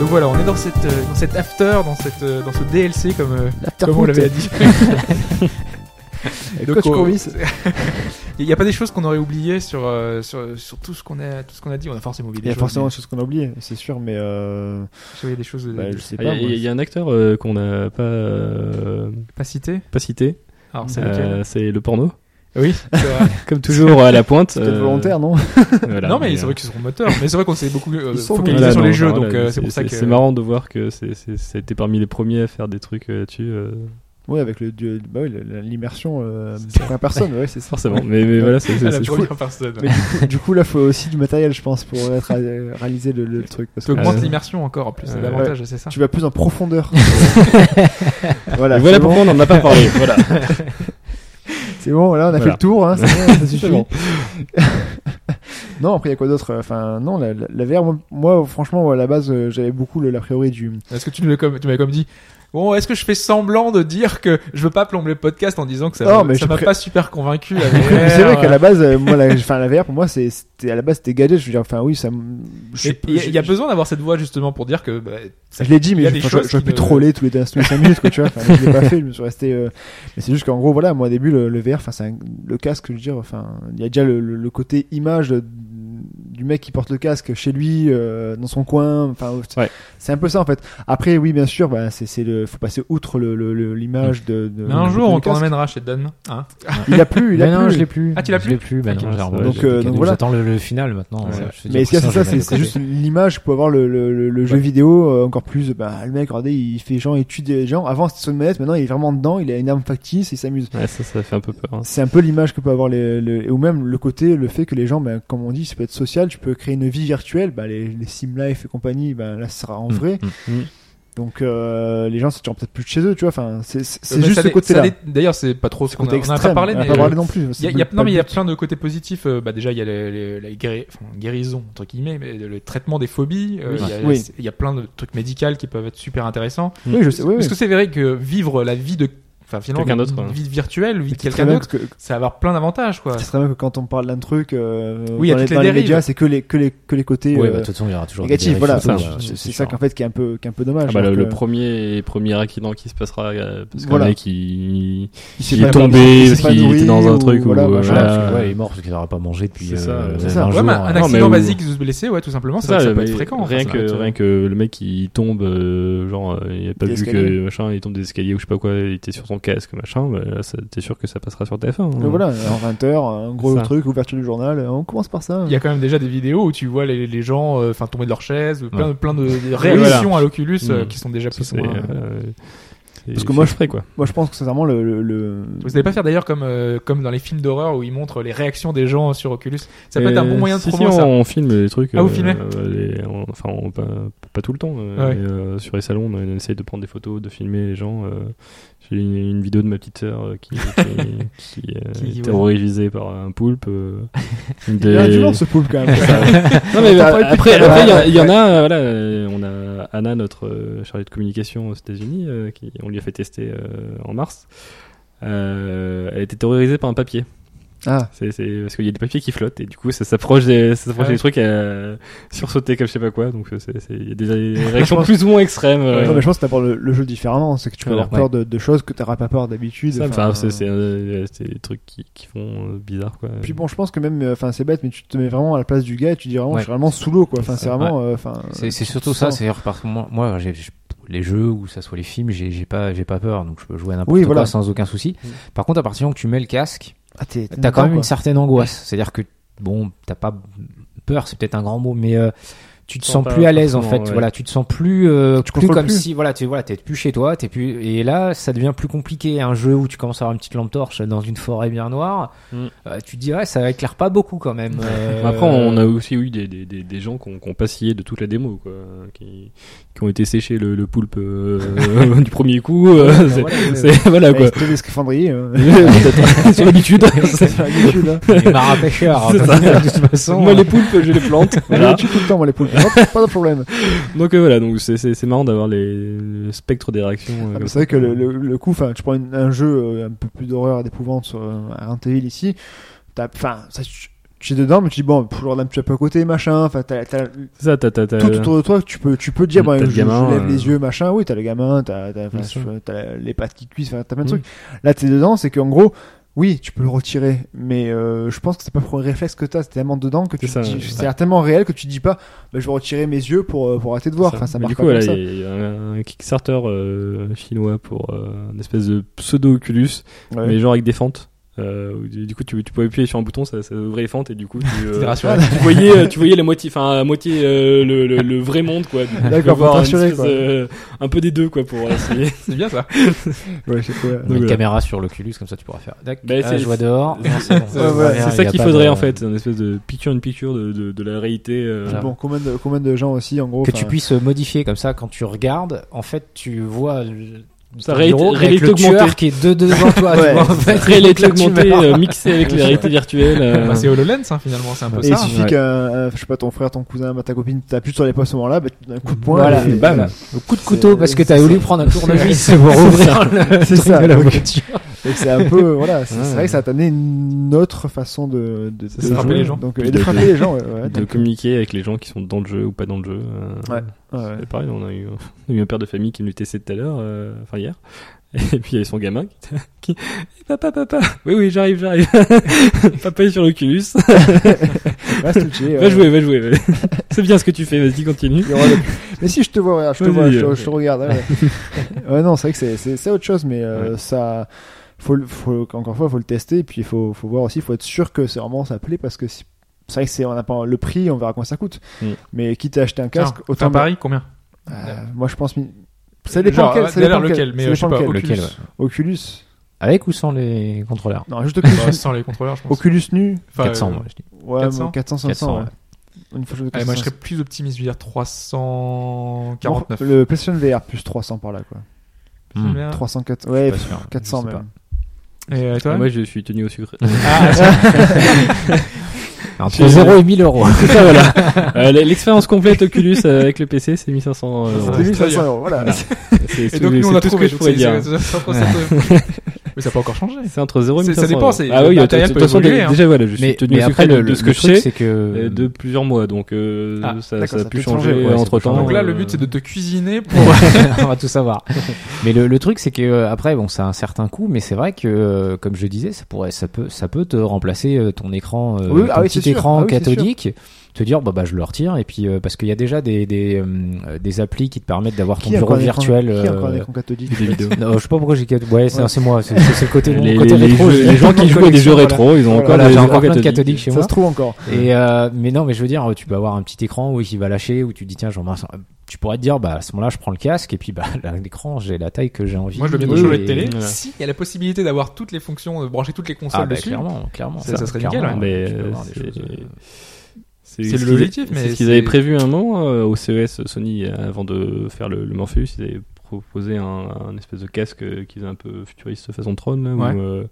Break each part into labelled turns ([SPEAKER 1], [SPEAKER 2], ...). [SPEAKER 1] Donc voilà, on est dans cette, euh, dans cette after, dans, cette, euh, dans ce DLC comme, euh,
[SPEAKER 2] L'after
[SPEAKER 1] comme on
[SPEAKER 2] foot.
[SPEAKER 1] l'avait dit.
[SPEAKER 2] Coach
[SPEAKER 1] on-
[SPEAKER 2] Courbis.
[SPEAKER 1] Il n'y a pas des choses qu'on aurait oubliées sur, euh, sur, sur tout ce qu'on a, tout ce qu'on a dit. On a forcément oublié
[SPEAKER 2] Il
[SPEAKER 1] des
[SPEAKER 2] y a
[SPEAKER 1] choses.
[SPEAKER 2] forcément
[SPEAKER 1] mais
[SPEAKER 2] des choses qu'on a oubliées, c'est sûr, mais euh,
[SPEAKER 1] je sais, il y a des choses euh,
[SPEAKER 2] bah, je sais
[SPEAKER 3] Ah, Il
[SPEAKER 2] pas.
[SPEAKER 3] y a- il y, a un acteur euh, qu'on n'a pas, euh,
[SPEAKER 1] pas citées.
[SPEAKER 3] pas cité,
[SPEAKER 1] Alors c'est
[SPEAKER 3] Euh,
[SPEAKER 1] lequel
[SPEAKER 3] c'est le porno.
[SPEAKER 1] Oui, c'est vrai.
[SPEAKER 3] Comme toujours à la pointe.
[SPEAKER 2] C'est peut-être
[SPEAKER 3] euh,
[SPEAKER 2] volontaire, non
[SPEAKER 3] voilà,
[SPEAKER 1] non mais
[SPEAKER 3] euh,
[SPEAKER 1] c'est vrai qu'ils sont moteurs. Mais c'est vrai qu'on s'est beaucoup euh,
[SPEAKER 2] Ils sont
[SPEAKER 1] focalisé
[SPEAKER 2] moteurs.
[SPEAKER 1] sur les
[SPEAKER 3] Ah, non,
[SPEAKER 1] jeux,
[SPEAKER 3] voilà,
[SPEAKER 1] donc euh, c'est pour ça que
[SPEAKER 3] C'est marrant de voir que c'est- c'est- ça a été parmi les premiers à faire des trucs euh, là-dessus. euh,
[SPEAKER 2] Ouais, avec le dieu- bah oui, le- le- l'immersion euh, première personne, ouais, c'est ça.
[SPEAKER 3] forcément. mais, mais voilà, c'est.
[SPEAKER 1] à
[SPEAKER 3] c'est-
[SPEAKER 1] la
[SPEAKER 3] c'est-
[SPEAKER 1] première personne.
[SPEAKER 2] Mais du coup, du coup, là, faut aussi du matériel, je pense, pour être à- réaliser le, le truc. Parce
[SPEAKER 1] Tu
[SPEAKER 2] que
[SPEAKER 1] augmentes
[SPEAKER 3] Euh,
[SPEAKER 1] l'immersion encore en plus. C'est
[SPEAKER 3] euh,
[SPEAKER 1] l'avantage, c'est ça.
[SPEAKER 2] tu vas plus en profondeur. voilà,
[SPEAKER 3] Et voilà
[SPEAKER 2] c'est bon,
[SPEAKER 3] pourquoi on n'en a pas parlé. voilà.
[SPEAKER 2] c'est bon, là, on a fait
[SPEAKER 3] Voilà.
[SPEAKER 2] le tour, hein, c'est bon, ça suffit.
[SPEAKER 3] C'est bon.
[SPEAKER 2] non, après, il y a quoi d'autre Enfin, non, la, la, la VR, moi, moi, franchement, à la base, euh, j'avais beaucoup le- l'a priori du.
[SPEAKER 1] Est-ce que tu m'avais comme, tu m'avais comme dit Bon, est-ce que je fais semblant de dire que je veux pas plomber le podcast en disant que ça
[SPEAKER 2] Non,
[SPEAKER 1] m'a-
[SPEAKER 2] Oh, mais
[SPEAKER 1] ça
[SPEAKER 2] je
[SPEAKER 1] m'a
[SPEAKER 2] pré-
[SPEAKER 1] pas super convaincu la
[SPEAKER 2] Mais c'est
[SPEAKER 1] VR,
[SPEAKER 2] vrai qu'à la base, euh, moi, la, enfin, la VR pour moi, c'est- c'était à la base c'était gadget. Je veux dire, enfin oui, ça. me- je suis
[SPEAKER 1] Mais
[SPEAKER 2] peu-
[SPEAKER 1] Il y, a-
[SPEAKER 2] je-
[SPEAKER 1] il y a besoin d'avoir cette voix justement pour dire que bah,
[SPEAKER 2] je l'ai dit,
[SPEAKER 1] il y a des
[SPEAKER 2] mais enfin,
[SPEAKER 1] choses
[SPEAKER 2] j'aurais j'aurais
[SPEAKER 1] qui
[SPEAKER 2] pu
[SPEAKER 1] ne-
[SPEAKER 2] troller tous les derniers 5 minutes, quoi, tu vois. Enfin, je l'ai pas fait, je me suis resté. euh, Mais c'est juste qu'en gros, voilà, moi, au début, le, le VR, enfin, c'est un- le casque, je veux dire, enfin, il y a déjà le, le- le côté image de- du mec qui porte le casque chez lui, euh, dans son coin. Enfin, c'est-
[SPEAKER 3] Ouais.
[SPEAKER 2] c'est un peu ça, en fait. Après, oui, bien sûr, bah, c'est, c'est le, faut passer outre le, le- le-
[SPEAKER 4] Mm.
[SPEAKER 2] l'image de, de-
[SPEAKER 1] Mais un
[SPEAKER 2] du
[SPEAKER 1] jour on
[SPEAKER 2] casque.
[SPEAKER 1] t'en emmènera chez Dan. Hein
[SPEAKER 2] Il a plus, il a
[SPEAKER 4] Mais non,
[SPEAKER 2] plus.
[SPEAKER 4] je l'ai plus.
[SPEAKER 1] Ah, tu l'as
[SPEAKER 4] Je l'ai plus, bah
[SPEAKER 3] Ok,
[SPEAKER 4] non,
[SPEAKER 3] ouais,
[SPEAKER 4] j'ai
[SPEAKER 3] c'est
[SPEAKER 4] rebondi
[SPEAKER 3] vrai,
[SPEAKER 2] j'ai
[SPEAKER 4] des
[SPEAKER 2] donc,
[SPEAKER 4] cadeaux.
[SPEAKER 2] voilà.
[SPEAKER 4] J'attends le, le final maintenant.
[SPEAKER 3] Ouais.
[SPEAKER 4] euh, je te dis,
[SPEAKER 2] Mais ce qu'il y a, c'est
[SPEAKER 4] prochain,
[SPEAKER 2] ça,
[SPEAKER 4] je vais
[SPEAKER 2] c'est c'est
[SPEAKER 4] aller
[SPEAKER 2] juste l'image pour avoir le, le, le, le jeu
[SPEAKER 1] Ouais.
[SPEAKER 2] vidéo euh, encore plus. Bah, le mec, regardez, il fait genre, il tue des gens. Avant, c'était sur une manette, maintenant, il est vraiment dedans, il a une arme factice, il s'amuse.
[SPEAKER 3] Ouais, ça, ça fait un peu peur. hein.
[SPEAKER 2] C'est un peu l'image que peut avoir les, les- ou même le côté, le fait que les gens, bah, comme on dit, ça peut être social, tu peux créer une vie virtuelle, bah, les, les sim life et compagnie, bah, là, ça sera en vrai.
[SPEAKER 3] mm, mm.
[SPEAKER 2] Donc, euh, les gens sortiront peut-être plus de chez eux, tu vois. Enfin, c'est c'est- c'est
[SPEAKER 1] Mais
[SPEAKER 2] juste
[SPEAKER 1] Euh, bah, ça
[SPEAKER 2] ce
[SPEAKER 1] dé- ça
[SPEAKER 2] côté-là.
[SPEAKER 1] dé- D'ailleurs, c'est pas trop ce qu'on a,
[SPEAKER 2] Côté
[SPEAKER 1] on en a pas
[SPEAKER 2] extrême.
[SPEAKER 1] parlé,
[SPEAKER 2] On en a
[SPEAKER 1] mais
[SPEAKER 2] pas
[SPEAKER 1] euh,
[SPEAKER 2] parlé non plus.
[SPEAKER 1] Il y a-
[SPEAKER 2] C'est
[SPEAKER 1] il y a,
[SPEAKER 2] pas
[SPEAKER 1] non,
[SPEAKER 2] le
[SPEAKER 1] mais il y a
[SPEAKER 2] but.
[SPEAKER 1] plein de côtés positifs. euh, bah, déjà, il y a les- les- la guéri- enfin, guérison, entre guillemets, mais le traitement des phobies. euh,
[SPEAKER 3] Oui.
[SPEAKER 1] il, y a,
[SPEAKER 2] Oui.
[SPEAKER 1] il y a plein de trucs médicaux qui peuvent être super intéressants.
[SPEAKER 2] Oui, je sais, oui, oui.
[SPEAKER 1] Parce que c'est vrai que vivre la vie de. Enfin, finalement,
[SPEAKER 3] Quelqu'un
[SPEAKER 1] une
[SPEAKER 3] d'autre, hein.
[SPEAKER 1] vie virtuelle, vie de
[SPEAKER 2] C'est
[SPEAKER 1] quelqu'un
[SPEAKER 2] très bien,
[SPEAKER 1] d'autre,
[SPEAKER 2] parce que-
[SPEAKER 1] ça va avoir plein d'avantages, quoi.
[SPEAKER 2] C'est très bien que quand on parle d'un truc, euh,
[SPEAKER 1] Oui, il y a
[SPEAKER 2] dans, les,
[SPEAKER 1] toutes les
[SPEAKER 2] dans les
[SPEAKER 1] dérives.
[SPEAKER 2] médias, c'est que les, que les, que les côtés
[SPEAKER 4] Ouais,
[SPEAKER 2] euh,
[SPEAKER 4] bah, de toute façon, il y aura toujours des
[SPEAKER 2] négatifs.
[SPEAKER 4] dérives
[SPEAKER 2] Voilà,
[SPEAKER 4] sur
[SPEAKER 2] c'est
[SPEAKER 4] ça,
[SPEAKER 2] c'est- c'est
[SPEAKER 4] sûr.
[SPEAKER 2] ça qu'en fait qui est un peu, qui est un peu dommage. euh,
[SPEAKER 3] Ah bah, le,
[SPEAKER 2] alors
[SPEAKER 3] le
[SPEAKER 2] que-
[SPEAKER 3] premier, premier accident qui se passera, euh, parce que
[SPEAKER 2] Voilà.
[SPEAKER 3] le mec il,
[SPEAKER 2] il s'est
[SPEAKER 3] il est
[SPEAKER 2] pas-
[SPEAKER 3] tombé
[SPEAKER 2] il
[SPEAKER 3] parce
[SPEAKER 2] s'est pas
[SPEAKER 3] qu'il
[SPEAKER 2] nourri
[SPEAKER 3] était dans un
[SPEAKER 2] ou-
[SPEAKER 3] truc ou
[SPEAKER 2] voilà, machin.
[SPEAKER 4] Ouais,
[SPEAKER 3] voilà.
[SPEAKER 4] parce que, ouais, il est mort parce qu'il n'aura pas mangé depuis.
[SPEAKER 3] C'est ça,
[SPEAKER 4] euh,
[SPEAKER 3] c'est
[SPEAKER 4] un
[SPEAKER 2] ça.
[SPEAKER 4] jour,
[SPEAKER 1] Ouais, mais un
[SPEAKER 4] euh,
[SPEAKER 3] hein. Non, mais
[SPEAKER 1] accident
[SPEAKER 3] où-
[SPEAKER 1] basique, se blesser, ouais, tout simplement, ça,
[SPEAKER 3] C'est
[SPEAKER 1] ça,
[SPEAKER 3] mais
[SPEAKER 1] peut être fréquent.
[SPEAKER 3] Rien
[SPEAKER 1] enfin,
[SPEAKER 3] que,
[SPEAKER 1] ça- euh,
[SPEAKER 3] rien que le mec il tombe, euh, genre euh, il a pas
[SPEAKER 2] Des
[SPEAKER 3] vu que
[SPEAKER 2] escaliers.
[SPEAKER 3] machin, il tombe des escaliers ou je sais pas quoi, il était sur son casque machin, bah, là, ça- t'es sûr que ça passera sur TF1. hein.
[SPEAKER 2] Donc Voilà, en 20h, un gros
[SPEAKER 3] Ça.
[SPEAKER 2] truc, ouverture du journal, euh, on commence par ça.
[SPEAKER 1] Il y a quand même déjà des vidéos où tu vois les, les gens euh, enfin tomber de leur chaise, plein, plein de de
[SPEAKER 3] voilà.
[SPEAKER 1] réactions à l'Oculus euh,
[SPEAKER 3] Mm.
[SPEAKER 1] qui sont déjà
[SPEAKER 3] Ça,
[SPEAKER 1] plus
[SPEAKER 3] c'est,
[SPEAKER 1] ou moins.
[SPEAKER 3] euh, c'est-
[SPEAKER 2] Parce que
[SPEAKER 3] c'est
[SPEAKER 2] moi, je-
[SPEAKER 3] frais, quoi.
[SPEAKER 2] Moi je pense que sincèrement le. le, le-
[SPEAKER 1] Vous n'allez pas faire d'ailleurs comme, euh, comme dans les films d'horreur où ils montrent les réactions des gens sur Oculus. Ça peut être un bon
[SPEAKER 3] Euh,
[SPEAKER 1] moyen de
[SPEAKER 3] si, si,
[SPEAKER 1] promo,
[SPEAKER 3] on,
[SPEAKER 1] ça.
[SPEAKER 3] on filme les trucs. euh,
[SPEAKER 1] Ah, vous filmez
[SPEAKER 3] les- on- Enfin, on- pas, pas tout le temps. euh,
[SPEAKER 1] Ouais.
[SPEAKER 3] mais, euh, sur les salons, on, on essaye de prendre des photos, de filmer les gens. euh, J'ai une, une vidéo de ma petite sœur euh, qui, qui, qui, euh,
[SPEAKER 1] Qui-
[SPEAKER 3] est
[SPEAKER 1] ouais.
[SPEAKER 3] terrorisée par un poulpe. euh,
[SPEAKER 2] Il y a
[SPEAKER 3] des-
[SPEAKER 2] du lourd ce poulpe quand même.
[SPEAKER 3] Non, mais euh,
[SPEAKER 2] T'as pas eu plus
[SPEAKER 3] après,
[SPEAKER 2] de-
[SPEAKER 3] après, il y a- il y, en
[SPEAKER 2] Ouais.
[SPEAKER 3] a. euh, Voilà, euh, on a Anna, notre euh, chargée de communication aux États-Unis, euh, qui on lui a fait tester euh, en mars. Euh, elle était terrorisée par un papier.
[SPEAKER 2] Ah,
[SPEAKER 3] C'est, c'est parce qu'il y a des papiers qui flottent et du coup ça s'approche des, ça s'approche
[SPEAKER 1] Ah ouais.
[SPEAKER 3] des trucs à sursauter comme je sais pas quoi. Donc euh, c'est, c'est- il y a des des réactions plus ou moins extrêmes. euh.
[SPEAKER 2] Non, mais je pense que t'abordes le, le jeu différemment, c'est que tu peux
[SPEAKER 3] Voilà,
[SPEAKER 2] avoir peur de, de choses que t'auras pas peur d'habitude.
[SPEAKER 3] Ça,
[SPEAKER 2] enfin,
[SPEAKER 3] enfin, c'est, c'est, euh, c'est des trucs qui, qui font euh, bizarre quoi.
[SPEAKER 2] Puis bon, je pense que même, euh, enfin, c'est bête, mais tu te mets vraiment à la place du gars et tu dis vraiment,
[SPEAKER 4] Ouais.
[SPEAKER 2] je suis vraiment sous l'eau, quoi. Enfin,
[SPEAKER 3] C'est
[SPEAKER 2] c'est
[SPEAKER 3] ça,
[SPEAKER 2] vraiment, euh, enfin.
[SPEAKER 4] C'est c'est surtout ça,
[SPEAKER 2] sens.
[SPEAKER 4] c'est parce que moi, moi j'ai- j'ai- les jeux ou ça soit les films, j'ai j'ai pas, j'ai pas peur, donc je peux jouer à n'importe
[SPEAKER 2] Oui,
[SPEAKER 4] quoi
[SPEAKER 2] voilà.
[SPEAKER 4] sans aucun souci.
[SPEAKER 3] Mm.
[SPEAKER 4] Par contre, à partir du moment que tu mets le casque,
[SPEAKER 2] Ah, t'es- t'es
[SPEAKER 4] t'as quand
[SPEAKER 2] dedans,
[SPEAKER 4] même
[SPEAKER 2] quoi.
[SPEAKER 4] une certaine angoisse. C'est-à-dire que bon, t'as pas peur, c'est peut-être un grand mot, mais euh, tu te
[SPEAKER 3] T'en
[SPEAKER 4] sens
[SPEAKER 3] pas
[SPEAKER 4] plus à l'aise en fait.
[SPEAKER 3] forcément, ouais.
[SPEAKER 4] Voilà, tu te sens plus, euh, plus
[SPEAKER 2] contrôles
[SPEAKER 4] comme
[SPEAKER 2] plus.
[SPEAKER 4] si voilà, tu voilà, t'es plus chez toi, t'es plus et là, ça devient plus compliqué. Un jeu où tu commences à avoir une petite lampe torche dans une forêt bien noire,
[SPEAKER 3] Mm.
[SPEAKER 4] euh, tu te dis ouais, ça éclaire pas beaucoup quand même. Euh,
[SPEAKER 3] Après, on a aussi eu des, des, des, des gens qui ont, qui ont pastillé de toute la démo, quoi, qui, qui ont été séchés le, le poulpe euh, du premier coup. euh,
[SPEAKER 4] Voilà,
[SPEAKER 3] c'est,
[SPEAKER 4] voilà, ouais,
[SPEAKER 3] c'est- voilà
[SPEAKER 2] Ouais,
[SPEAKER 3] quoi.
[SPEAKER 2] C'était des scaphandriers. euh.
[SPEAKER 3] Peut-être. c'est l'habitude.
[SPEAKER 2] C'est pas habituel, hein.
[SPEAKER 4] les marins pêcheurs.
[SPEAKER 3] C'est ça.
[SPEAKER 4] de toute façon, hein.
[SPEAKER 3] Moi, les poulpes, je les plante.
[SPEAKER 2] Mais
[SPEAKER 3] Voilà.
[SPEAKER 2] je les tue tout le temps, moi, les poules. Hop, pas de problème. Ah,
[SPEAKER 3] Donc euh, voilà, donc c'est, c'est, c'est marrant d'avoir les, le spectre des réactions. euh,
[SPEAKER 2] Ah, mais
[SPEAKER 3] comme
[SPEAKER 2] c'est vrai
[SPEAKER 3] ça.
[SPEAKER 2] que le, le, le coup, enfin, tu prends une- un jeu euh, un peu plus d'horreur et d'épouvante sur euh, Resident Evil ici. t'as- Enfin, ça, tu- tu es dedans, mais tu dis, bon, pff, genre, un petit peu à côté, machin. Enfin, t'as, t'as
[SPEAKER 3] C'est ça, t'as. t'as- t'as-
[SPEAKER 2] tout autour de toi, tu peux, tu peux dire,
[SPEAKER 3] Euh, T'as
[SPEAKER 2] bon,
[SPEAKER 3] le
[SPEAKER 2] je, je
[SPEAKER 3] gamin,
[SPEAKER 2] lève
[SPEAKER 3] euh.
[SPEAKER 2] les yeux, machin. Oui, t'as le gamin, t'as, t'as, enfin,
[SPEAKER 3] Bien sûr.
[SPEAKER 2] je- t'as les pattes qui cuisent, enfin, t'as plein de
[SPEAKER 3] Mm.
[SPEAKER 2] trucs. Là, t'es dedans, c'est qu'en gros, oui, tu peux le retirer, mais euh, je pense que c'est pas pour un réflexe que t'as, c'est tellement dedans que tu
[SPEAKER 3] ça,
[SPEAKER 2] te dis,
[SPEAKER 3] ouais.
[SPEAKER 2] c'est tellement réel que tu te dis pas, bah, je vais retirer mes yeux pour, euh, pour arrêter de voir. Enfin, ça
[SPEAKER 3] Mais
[SPEAKER 2] marche
[SPEAKER 3] du
[SPEAKER 2] pas
[SPEAKER 3] coup,
[SPEAKER 2] comme
[SPEAKER 3] voilà,
[SPEAKER 2] ça.
[SPEAKER 3] il y a- il y a un un Kickstarter euh, chinois pour euh, une espèce de pseudo Oculus,
[SPEAKER 2] Ouais.
[SPEAKER 3] mais genre avec des fentes. Euh, où du du coup, tu, tu peux appuyer sur un bouton, ça, ça ouvrait les fentes, et du coup, tu, euh,
[SPEAKER 1] C'était rassurant.
[SPEAKER 3] tu voyais, euh, tu voyais la moitié, enfin, la moitié euh, le, le, le vrai monde, quoi. Du coup, tu
[SPEAKER 2] D'accord,
[SPEAKER 3] peux
[SPEAKER 2] pour
[SPEAKER 3] avoir une
[SPEAKER 2] t'assurer,
[SPEAKER 3] espèce,
[SPEAKER 2] quoi.
[SPEAKER 3] euh, un peu des deux, quoi, pour essayer.
[SPEAKER 1] C'est bien ça.
[SPEAKER 2] Ouais, je sais pas.
[SPEAKER 4] On met
[SPEAKER 3] voilà.
[SPEAKER 4] une caméra sur l'Oculus, comme ça tu pourras faire. D'accord,
[SPEAKER 3] Bah,
[SPEAKER 4] ah,
[SPEAKER 3] c'est-
[SPEAKER 4] je vois dehors. Non, C'est bon.
[SPEAKER 2] Ouais, voilà,
[SPEAKER 4] Il y
[SPEAKER 3] C'est
[SPEAKER 4] a
[SPEAKER 3] ça qu'il
[SPEAKER 4] pas
[SPEAKER 3] faudrait
[SPEAKER 4] de-
[SPEAKER 3] en fait, une espèce de picture in picture de, de, de la réalité. euh,
[SPEAKER 4] Voilà.
[SPEAKER 2] Bon, combien de, combien de gens aussi, en gros
[SPEAKER 4] Que
[SPEAKER 2] enfin,
[SPEAKER 4] tu puisses modifier comme ça, quand tu regardes, en fait, tu vois. le-
[SPEAKER 3] Ça,
[SPEAKER 4] ton
[SPEAKER 3] réalité-
[SPEAKER 4] bureau avec
[SPEAKER 3] réalité
[SPEAKER 4] le tueur
[SPEAKER 3] augmentée.
[SPEAKER 4] qui est de- devant toi. tu
[SPEAKER 2] Ouais.
[SPEAKER 4] vois, en fait,
[SPEAKER 3] Réalité
[SPEAKER 4] Là, tu
[SPEAKER 3] augmentée,
[SPEAKER 4] meurs.
[SPEAKER 3] euh, mixée avec la réalité virtuelle. euh,
[SPEAKER 1] Bah, c'est HoloLens hein, finalement, c'est un peu
[SPEAKER 2] Et il
[SPEAKER 1] ça.
[SPEAKER 2] suffit
[SPEAKER 3] ouais.
[SPEAKER 2] qu'un, un- je sais pas, ton frère, ton cousin, bah, ta copine t'appuie sur les points à ce moment-là, bah, tu donnes un coup de poing.
[SPEAKER 4] Voilà.
[SPEAKER 2] et-
[SPEAKER 3] Bam.
[SPEAKER 4] Au coup de couteau, parce que t'as
[SPEAKER 2] c'est
[SPEAKER 4] voulu
[SPEAKER 2] ça.
[SPEAKER 4] prendre un tournevis pour ouvrir le
[SPEAKER 2] C'est
[SPEAKER 4] truc
[SPEAKER 2] ça,
[SPEAKER 4] de la
[SPEAKER 2] ok.
[SPEAKER 4] voiture.
[SPEAKER 2] Et c'est un peu, voilà, c'est
[SPEAKER 3] Ouais,
[SPEAKER 2] c'est
[SPEAKER 3] ouais.
[SPEAKER 2] vrai que ça t'a donné une autre façon de, de, de
[SPEAKER 1] ça, frapper les gens.
[SPEAKER 2] Donc, euh,
[SPEAKER 3] Puis
[SPEAKER 2] et de
[SPEAKER 3] de-
[SPEAKER 2] frapper
[SPEAKER 3] de-
[SPEAKER 2] les gens, ouais, ouais,
[SPEAKER 3] de
[SPEAKER 2] donc,
[SPEAKER 3] communiquer avec les gens qui sont dans le jeu ou pas dans le jeu. euh,
[SPEAKER 2] Ouais. ouais.
[SPEAKER 3] c'est Pareil, on a, eu, on a eu un père de famille qui nous testait tout à l'heure, euh, enfin hier. Et puis il y avait son gamin qui, était- qui Eh, Papa, papa Oui, oui, j'arrive, j'arrive Papa est sur l'Oculus
[SPEAKER 2] Ouais, c'est touché,
[SPEAKER 3] Va
[SPEAKER 4] euh,
[SPEAKER 2] ouais.
[SPEAKER 3] jouer, va jouer va- C'est bien ce que tu fais, vas-y, continue
[SPEAKER 2] Il y aura le- Mais si je te vois, regarde, je te
[SPEAKER 3] Vas-y,
[SPEAKER 2] vois, je,
[SPEAKER 3] euh,
[SPEAKER 2] te- je te regarde. Ouais, ouais. Ouais, non, c'est vrai que c'est- c'est c'est autre chose, mais euh, ça, faut, le- faut, encore une fois, faut le tester, et puis il faut, faut voir aussi, faut être sûr que c'est vraiment ça plaît, parce que si- c'est vrai que c'est, on n'a pas le prix, on verra combien ça coûte.
[SPEAKER 3] Mm.
[SPEAKER 2] Mais quitte à acheter un casque,
[SPEAKER 1] Tiens, t'as
[SPEAKER 2] autant.
[SPEAKER 1] un pari, combien
[SPEAKER 2] Euh, moi, je pense. mi- Ça dépend
[SPEAKER 1] Genre,
[SPEAKER 2] lequel,
[SPEAKER 1] ouais,
[SPEAKER 2] ça
[SPEAKER 1] d'ailleurs,
[SPEAKER 2] dépend
[SPEAKER 1] lequel, mais
[SPEAKER 2] ça
[SPEAKER 1] euh, je sais
[SPEAKER 2] dépend
[SPEAKER 1] pas,
[SPEAKER 2] lequel.
[SPEAKER 1] Oculus.
[SPEAKER 4] Lequel, ouais.
[SPEAKER 2] Oculus.
[SPEAKER 4] Avec ou sans les contrôleurs
[SPEAKER 2] Non, juste Oculus.
[SPEAKER 1] Bah, sans les contrôleurs, je pense.
[SPEAKER 2] Oculus nu.
[SPEAKER 1] Enfin,
[SPEAKER 4] 400,
[SPEAKER 1] euh,
[SPEAKER 4] moi, je dis.
[SPEAKER 2] Ouais,
[SPEAKER 1] 400.
[SPEAKER 2] mais 400, 500.
[SPEAKER 4] 400,
[SPEAKER 2] ouais.
[SPEAKER 4] ouais.
[SPEAKER 2] Une fois que je-
[SPEAKER 1] allez, Ah, moi, je serais
[SPEAKER 2] 400.
[SPEAKER 1] plus optimiste, je veux dire 349.
[SPEAKER 2] Bon, Le PlayStation VR plus 300 par là, quoi.
[SPEAKER 4] Hmm.
[SPEAKER 1] Bien.
[SPEAKER 2] 300, 400. Ouais,
[SPEAKER 4] Pas sûr, je
[SPEAKER 2] 400
[SPEAKER 4] sais
[SPEAKER 2] même.
[SPEAKER 1] Et euh, toi
[SPEAKER 3] Ah, Moi je suis tenu au sucre.
[SPEAKER 4] pas. Entre 0 et 1000 euros.
[SPEAKER 3] C'est ça, voilà. Euh, L'expérience complète Oculus euh, avec le PC, c'est 1500 euros.
[SPEAKER 1] Ouais.
[SPEAKER 2] 2500 euros, voilà.
[SPEAKER 3] Voilà. euh, C'est
[SPEAKER 1] Et
[SPEAKER 3] tout-
[SPEAKER 1] donc, nous, on
[SPEAKER 3] c'est
[SPEAKER 1] a
[SPEAKER 3] tout ce
[SPEAKER 1] trouvé.
[SPEAKER 3] que je
[SPEAKER 1] donc
[SPEAKER 3] pourrais
[SPEAKER 1] c'est-
[SPEAKER 3] dire.
[SPEAKER 1] c'est- c'est- c'est- Mais ça n'a pas encore changé.
[SPEAKER 3] C'est entre 0 et
[SPEAKER 1] C'est-
[SPEAKER 3] 1500
[SPEAKER 1] ça dépend,
[SPEAKER 3] euros.
[SPEAKER 1] c'est-
[SPEAKER 3] Ah
[SPEAKER 1] le
[SPEAKER 3] oui, de
[SPEAKER 1] matériel
[SPEAKER 3] toute
[SPEAKER 1] peut
[SPEAKER 3] façon,
[SPEAKER 1] évoluer,
[SPEAKER 3] dé-
[SPEAKER 1] hein.
[SPEAKER 3] déjà, voilà, je suis
[SPEAKER 4] Mais,
[SPEAKER 3] tenu
[SPEAKER 4] mais
[SPEAKER 3] au
[SPEAKER 4] après,
[SPEAKER 3] secret
[SPEAKER 4] le,
[SPEAKER 3] de, de
[SPEAKER 4] le
[SPEAKER 3] ce que je
[SPEAKER 4] truc,
[SPEAKER 3] sais
[SPEAKER 4] c'est que.
[SPEAKER 3] euh, de plusieurs mois, donc euh,
[SPEAKER 1] Ah,
[SPEAKER 3] ça,
[SPEAKER 2] d'accord,
[SPEAKER 3] ça
[SPEAKER 2] ça
[SPEAKER 3] a
[SPEAKER 2] a
[SPEAKER 3] pu
[SPEAKER 2] peut-être
[SPEAKER 3] changer
[SPEAKER 2] changé,
[SPEAKER 4] ouais, ça
[SPEAKER 3] entre
[SPEAKER 4] peut
[SPEAKER 3] temps.
[SPEAKER 4] changer.
[SPEAKER 1] Donc là,
[SPEAKER 3] euh,
[SPEAKER 1] le but, c'est de te cuisiner pour.
[SPEAKER 4] on va tout savoir. Mais le, le truc, c'est que euh, après, bon, ça a un certain coût, mais c'est vrai que, euh, comme je disais, ça pourrait, ça peut, ça peut te remplacer euh, ton écran, euh,
[SPEAKER 2] Oui,
[SPEAKER 4] ton
[SPEAKER 2] ah oui, c'est
[SPEAKER 4] petit
[SPEAKER 2] sûr.
[SPEAKER 4] écran
[SPEAKER 2] Ah oui, c'est sûr.
[SPEAKER 4] cathodique, te dire bah bah je le retire et puis euh, parce qu'il y a déjà des des, euh, des applis qui te permettent d'avoir ton
[SPEAKER 2] a
[SPEAKER 4] bureau
[SPEAKER 2] encore un écran-
[SPEAKER 4] virtuel.
[SPEAKER 2] Qui a encore un
[SPEAKER 4] euh,
[SPEAKER 2] écran cathodique
[SPEAKER 3] des vidéos.
[SPEAKER 4] non, je sais pas pourquoi j'ai. Ouais, c'est
[SPEAKER 2] Ouais.
[SPEAKER 4] c'est moi, c'est c'est le côté, mon
[SPEAKER 3] les,
[SPEAKER 4] côté
[SPEAKER 3] les- les
[SPEAKER 4] rétro.
[SPEAKER 3] jeux-
[SPEAKER 4] j'ai
[SPEAKER 3] les gens
[SPEAKER 4] tellement
[SPEAKER 3] qui
[SPEAKER 4] de
[SPEAKER 3] jouent à des jeux
[SPEAKER 4] collections, voilà.
[SPEAKER 3] rétro, ils ont encore
[SPEAKER 4] Voilà,
[SPEAKER 3] des
[SPEAKER 4] j'ai
[SPEAKER 3] jeux
[SPEAKER 4] encore plein de
[SPEAKER 3] cathodiques.
[SPEAKER 4] cathodiques chez
[SPEAKER 2] Ça
[SPEAKER 4] moi.
[SPEAKER 2] se trouve encore.
[SPEAKER 4] Et euh, mais non, mais je veux dire, tu peux avoir un petit écran où il va lâcher, où tu dis tiens, j'en marche. Tu pourrais te dire, bah à ce moment-là, je prends le casque et puis bah là, l'écran, j'ai la taille que j'ai envie.
[SPEAKER 1] Moi, je veux bien
[SPEAKER 4] Et-
[SPEAKER 1] de jouer de télé.
[SPEAKER 3] voilà.
[SPEAKER 1] Si il y a la possibilité d'avoir toutes les fonctions, de brancher toutes les
[SPEAKER 4] Ah,
[SPEAKER 1] consoles
[SPEAKER 4] bah,
[SPEAKER 1] dessus.
[SPEAKER 4] clairement, clairement.
[SPEAKER 1] Ça, ça serait
[SPEAKER 4] clairement,
[SPEAKER 1] nickel, ouais.
[SPEAKER 3] Mais
[SPEAKER 4] tu peux
[SPEAKER 3] euh,
[SPEAKER 4] avoir des
[SPEAKER 3] c'est-
[SPEAKER 4] choses, euh,
[SPEAKER 3] c'est
[SPEAKER 1] C'est
[SPEAKER 3] ce
[SPEAKER 1] le
[SPEAKER 3] qu'ils-
[SPEAKER 1] l'objectif, mais
[SPEAKER 3] C'est ce qu'ils
[SPEAKER 1] c'est-
[SPEAKER 3] avaient prévu un moment euh, au CES Sony euh, avant de faire le, le Morpheus. Ils avaient proposé un, un espèce de casque euh, qui faisait un peu futuriste façon Tron, là,
[SPEAKER 1] Ouais.
[SPEAKER 3] où, euh,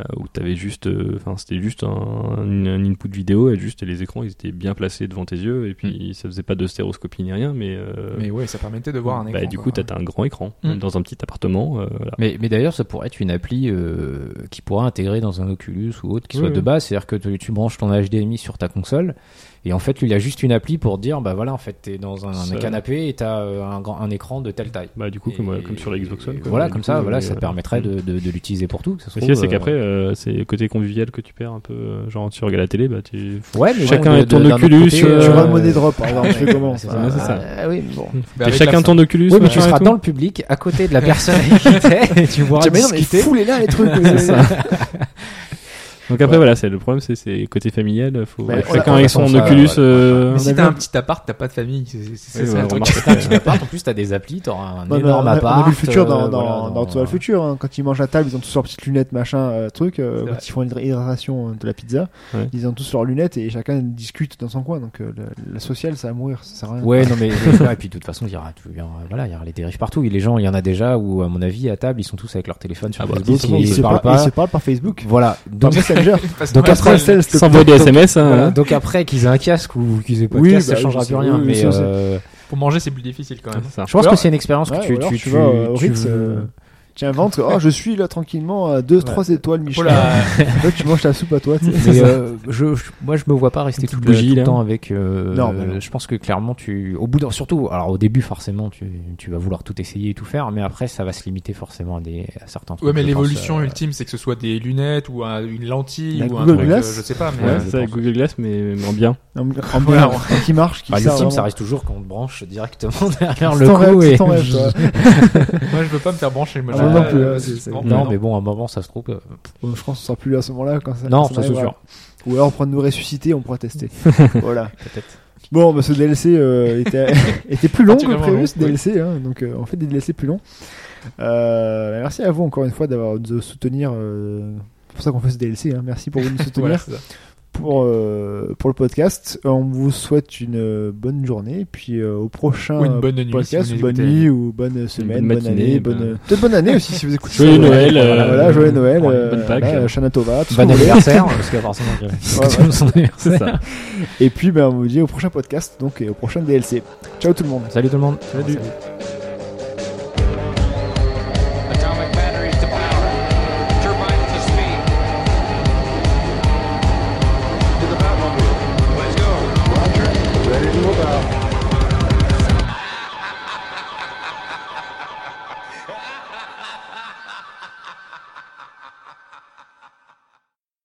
[SPEAKER 3] euh, où t'avais juste, euh, enfin c'était juste un, un input vidéo et juste les écrans ils étaient bien placés devant tes yeux et puis ça faisait pas de stéroscopie ni rien, mais, euh,
[SPEAKER 1] Mm. Mais ouais, ça permettait de voir un
[SPEAKER 3] bah,
[SPEAKER 1] écran.
[SPEAKER 3] du
[SPEAKER 1] quoi.
[SPEAKER 3] coup t'as t'as un grand écran
[SPEAKER 1] Mm.
[SPEAKER 3] dans un petit appartement. euh, voilà.
[SPEAKER 4] Mais, mais d'ailleurs, ça pourrait être une appli euh, qui pourrait intégrer dans un Oculus ou autre qui soit
[SPEAKER 3] Oui,
[SPEAKER 4] de
[SPEAKER 3] oui.
[SPEAKER 4] base. C'est-à-dire que tu, tu branches ton HDMI sur ta console et en fait, il y a juste une appli pour dire bah voilà, en fait, t'es dans un,
[SPEAKER 3] Ça-
[SPEAKER 4] canapé et t'as euh, un, grand- un écran de telle taille.
[SPEAKER 3] Bah, du coup
[SPEAKER 4] Et-
[SPEAKER 3] comme, euh, comme sur la Xbox One.
[SPEAKER 4] et
[SPEAKER 3] quoi.
[SPEAKER 4] Voilà,
[SPEAKER 3] Du
[SPEAKER 4] comme
[SPEAKER 3] coup,
[SPEAKER 4] ça, voilà,
[SPEAKER 3] euh,
[SPEAKER 4] ça permettrait
[SPEAKER 3] mm.
[SPEAKER 4] de, de- de l'utiliser pour tout. que ça se
[SPEAKER 3] Ce qu'il y a,
[SPEAKER 4] trouve,
[SPEAKER 3] c'est
[SPEAKER 4] euh,
[SPEAKER 3] qu'après, euh, c'est le côté convivial que tu perds un peu. euh, genre, tu regardes la télé, bah, tu.
[SPEAKER 4] euh, Ouais, mais
[SPEAKER 3] chacun
[SPEAKER 4] bon, de-
[SPEAKER 3] est ton
[SPEAKER 4] de- d'un autre
[SPEAKER 3] Oculus,
[SPEAKER 4] côté,
[SPEAKER 3] euh,
[SPEAKER 2] Tu
[SPEAKER 3] Euh,
[SPEAKER 2] vois le money drop, par exemple, tu fais comment
[SPEAKER 4] c'est
[SPEAKER 2] enfin,
[SPEAKER 3] ça, c'est ça.
[SPEAKER 4] Ah, oui, mais bon.
[SPEAKER 1] Mais
[SPEAKER 3] T'es
[SPEAKER 1] Bah, avec
[SPEAKER 3] chacun
[SPEAKER 1] la-
[SPEAKER 3] ton Oculus.
[SPEAKER 4] Oui, mais tu
[SPEAKER 3] machin et
[SPEAKER 4] seras
[SPEAKER 3] tout.
[SPEAKER 4] dans le public, à côté de la personne avec qui t'es, et tu pourras
[SPEAKER 2] Tiens, mais non, mais
[SPEAKER 4] discuter.
[SPEAKER 2] fous les là les trucs.
[SPEAKER 3] Donc après, voilà, c'est le problème, c'est- c'est côté familial. Faut
[SPEAKER 2] Bah, on a-
[SPEAKER 3] chacun
[SPEAKER 2] on a
[SPEAKER 3] avec
[SPEAKER 4] son-
[SPEAKER 3] son
[SPEAKER 4] ça,
[SPEAKER 3] Oculus.
[SPEAKER 4] voilà.
[SPEAKER 3] euh,
[SPEAKER 1] Mais
[SPEAKER 2] On a
[SPEAKER 1] si
[SPEAKER 2] vu
[SPEAKER 1] t'as
[SPEAKER 2] un-
[SPEAKER 1] un petit appart, t'as pas de famille. c'est- C'est
[SPEAKER 3] Oui,
[SPEAKER 1] c'est
[SPEAKER 3] ouais,
[SPEAKER 1] ça le truc.
[SPEAKER 3] remarque.
[SPEAKER 4] T'as un petit appart, en plus t'as des applis, t'auras un
[SPEAKER 2] Non, mais
[SPEAKER 4] énorme
[SPEAKER 2] on, a, on
[SPEAKER 4] appart.
[SPEAKER 2] a vu le futur dans,
[SPEAKER 4] euh,
[SPEAKER 2] dans,
[SPEAKER 4] voilà,
[SPEAKER 2] dans Retour vers le futur. hein. Quand ils mangent à table, ils ont tous leurs petites lunettes, machin, euh, truc. euh,
[SPEAKER 1] C'est
[SPEAKER 2] quand
[SPEAKER 1] vrai.
[SPEAKER 2] ils font une hydratation euh, de la pizza,
[SPEAKER 3] Ouais.
[SPEAKER 2] ils ont tous leurs lunettes et chacun discute dans son coin. Donc euh, le- la sociale, ça va mourir, ça sert à rien.
[SPEAKER 4] Ouais, non mais et puis de toute façon, il y aura tout, il y aura- voilà, il y aura les dérives partout. Et les gens, il y en a déjà où à mon avis à table, ils sont tous avec leur téléphone sur
[SPEAKER 3] Ah bah,
[SPEAKER 4] Facebook,
[SPEAKER 2] ils,
[SPEAKER 4] ils
[SPEAKER 2] se
[SPEAKER 4] ne parlent
[SPEAKER 2] ils
[SPEAKER 4] pas.
[SPEAKER 2] se parlent par Facebook.
[SPEAKER 4] Voilà.
[SPEAKER 2] Par
[SPEAKER 4] Donc
[SPEAKER 2] Messenger.
[SPEAKER 1] Parce que
[SPEAKER 4] Donc
[SPEAKER 1] moi,
[SPEAKER 4] après,
[SPEAKER 1] je crois-
[SPEAKER 2] Marcel,
[SPEAKER 3] Sans voix des SMS. hein,
[SPEAKER 4] voilà.
[SPEAKER 3] hein.
[SPEAKER 4] donc après qu'ils aient un casque ou qu'ils aient pas
[SPEAKER 2] Oui,
[SPEAKER 4] de casque,
[SPEAKER 2] bah,
[SPEAKER 4] ça Bah, changera
[SPEAKER 2] oui,
[SPEAKER 4] plus rien.
[SPEAKER 2] oui,
[SPEAKER 4] mais
[SPEAKER 2] ça, c'est-
[SPEAKER 4] euh,
[SPEAKER 1] Pour manger, c'est plus difficile quand même.
[SPEAKER 3] C'est ça.
[SPEAKER 4] je pense
[SPEAKER 2] Ou
[SPEAKER 4] que
[SPEAKER 2] alors-
[SPEAKER 4] c'est une expérience
[SPEAKER 2] Ouais,
[SPEAKER 4] que tu
[SPEAKER 2] ou alors
[SPEAKER 4] tu
[SPEAKER 2] tu vas, euh, au
[SPEAKER 4] tu-
[SPEAKER 2] Ritz, euh, J'invente, oh, je suis là tranquillement à 2-3 étoiles
[SPEAKER 1] Pour
[SPEAKER 2] Michelin.
[SPEAKER 1] la-
[SPEAKER 2] Là, tu manges ta soupe à toi. tu sais.
[SPEAKER 4] Mais euh, je, je- moi, je me vois pas rester
[SPEAKER 3] Une petite
[SPEAKER 4] toute la-
[SPEAKER 3] bougie,
[SPEAKER 4] tout
[SPEAKER 3] là.
[SPEAKER 4] le temps avec. euh,
[SPEAKER 2] Non, mais non.
[SPEAKER 4] Je pense que clairement, tu, au bout d'un, surtout, alors au début, forcément, tu, tu vas vouloir tout essayer et tout faire, mais après, ça va se limiter forcément à, des, à certains trucs.
[SPEAKER 1] Ouais, mais
[SPEAKER 4] je pense,
[SPEAKER 1] l'évolution
[SPEAKER 4] euh,
[SPEAKER 1] ultime, c'est que ce soit des lunettes ou un- une lentille
[SPEAKER 2] La
[SPEAKER 1] ou un
[SPEAKER 2] Google
[SPEAKER 1] truc,
[SPEAKER 2] Glass
[SPEAKER 1] euh, je sais pas. Mais
[SPEAKER 3] Ouais,
[SPEAKER 4] Ouais,
[SPEAKER 3] c'est
[SPEAKER 4] je
[SPEAKER 3] ça,
[SPEAKER 4] pense.
[SPEAKER 3] Google Glass, mais, mais en bien.
[SPEAKER 2] En, en
[SPEAKER 1] Voilà.
[SPEAKER 2] bien, en- qui marche, qui
[SPEAKER 4] bah,
[SPEAKER 2] sert
[SPEAKER 1] hein.
[SPEAKER 4] l'ultime,
[SPEAKER 2] vraiment.
[SPEAKER 4] ça reste toujours quand on te branche directement derrière
[SPEAKER 2] C'est
[SPEAKER 4] le
[SPEAKER 2] ton
[SPEAKER 4] cou
[SPEAKER 2] rêve,
[SPEAKER 4] et.
[SPEAKER 2] c'est ton rêve, toi.
[SPEAKER 1] moi, je veux pas me faire brancher. Moi,
[SPEAKER 2] Ah,
[SPEAKER 1] j'ai
[SPEAKER 2] moi
[SPEAKER 1] pas,
[SPEAKER 2] non plus,
[SPEAKER 1] euh,
[SPEAKER 2] ouais, c'est- c'est-
[SPEAKER 1] bon,
[SPEAKER 4] Non,
[SPEAKER 1] non.
[SPEAKER 4] mais bon, à un moment, ça se trouve. euh,
[SPEAKER 2] Bon, je pense qu'on sera plus là à ce moment-là. Quand ça,
[SPEAKER 4] Non,
[SPEAKER 2] quand
[SPEAKER 4] ça c'est
[SPEAKER 2] arrivera.
[SPEAKER 4] sûr.
[SPEAKER 2] Ou alors, on pourra nous ressusciter, on pourra tester. voilà.
[SPEAKER 4] Peut-être.
[SPEAKER 2] Bon, bah, ce DLC euh, était, était plus long que
[SPEAKER 1] Particulièrement
[SPEAKER 2] prévu,
[SPEAKER 1] long,
[SPEAKER 2] ce
[SPEAKER 1] oui.
[SPEAKER 2] DLC. hein. donc, euh, on fait des DLC plus longs. Euh, merci à vous encore une fois d'avoir de soutenir. euh, c'est pour ça qu'on fait ce DLC. hein. Merci pour nous soutenir
[SPEAKER 1] Voilà, c'est ça.
[SPEAKER 2] pour euh, pour le podcast. On vous souhaite une euh, bonne journée, et puis euh, au prochain
[SPEAKER 1] Ou une bonne nuit. si
[SPEAKER 2] podcast,
[SPEAKER 1] vous
[SPEAKER 2] ou bonne
[SPEAKER 1] écoutez.
[SPEAKER 2] nuit ou bonne semaine,
[SPEAKER 3] bonne
[SPEAKER 2] bonne,
[SPEAKER 3] matinée,
[SPEAKER 2] année,
[SPEAKER 3] ben-
[SPEAKER 2] bonne peut-être bonne année aussi si vous écoutez.
[SPEAKER 3] Joyeux
[SPEAKER 2] ça, voilà.
[SPEAKER 3] Noël,
[SPEAKER 2] Voilà,
[SPEAKER 3] euh,
[SPEAKER 2] voilà, joyeux Noël.
[SPEAKER 3] ouais,
[SPEAKER 2] euh,
[SPEAKER 3] bonne Pâques.
[SPEAKER 2] voilà, Shana Tova, tout ce
[SPEAKER 4] Bon
[SPEAKER 2] qu'on voulait.
[SPEAKER 4] anniversaire, parce que forcément, je- c'était
[SPEAKER 2] ouais.
[SPEAKER 4] son anniversaire.
[SPEAKER 3] C'est ça.
[SPEAKER 2] bah, Et puis, ben, on vous dit au prochain podcast, donc et au prochain DLC. Ciao tout le monde.
[SPEAKER 4] Salut tout le monde.
[SPEAKER 2] Salut.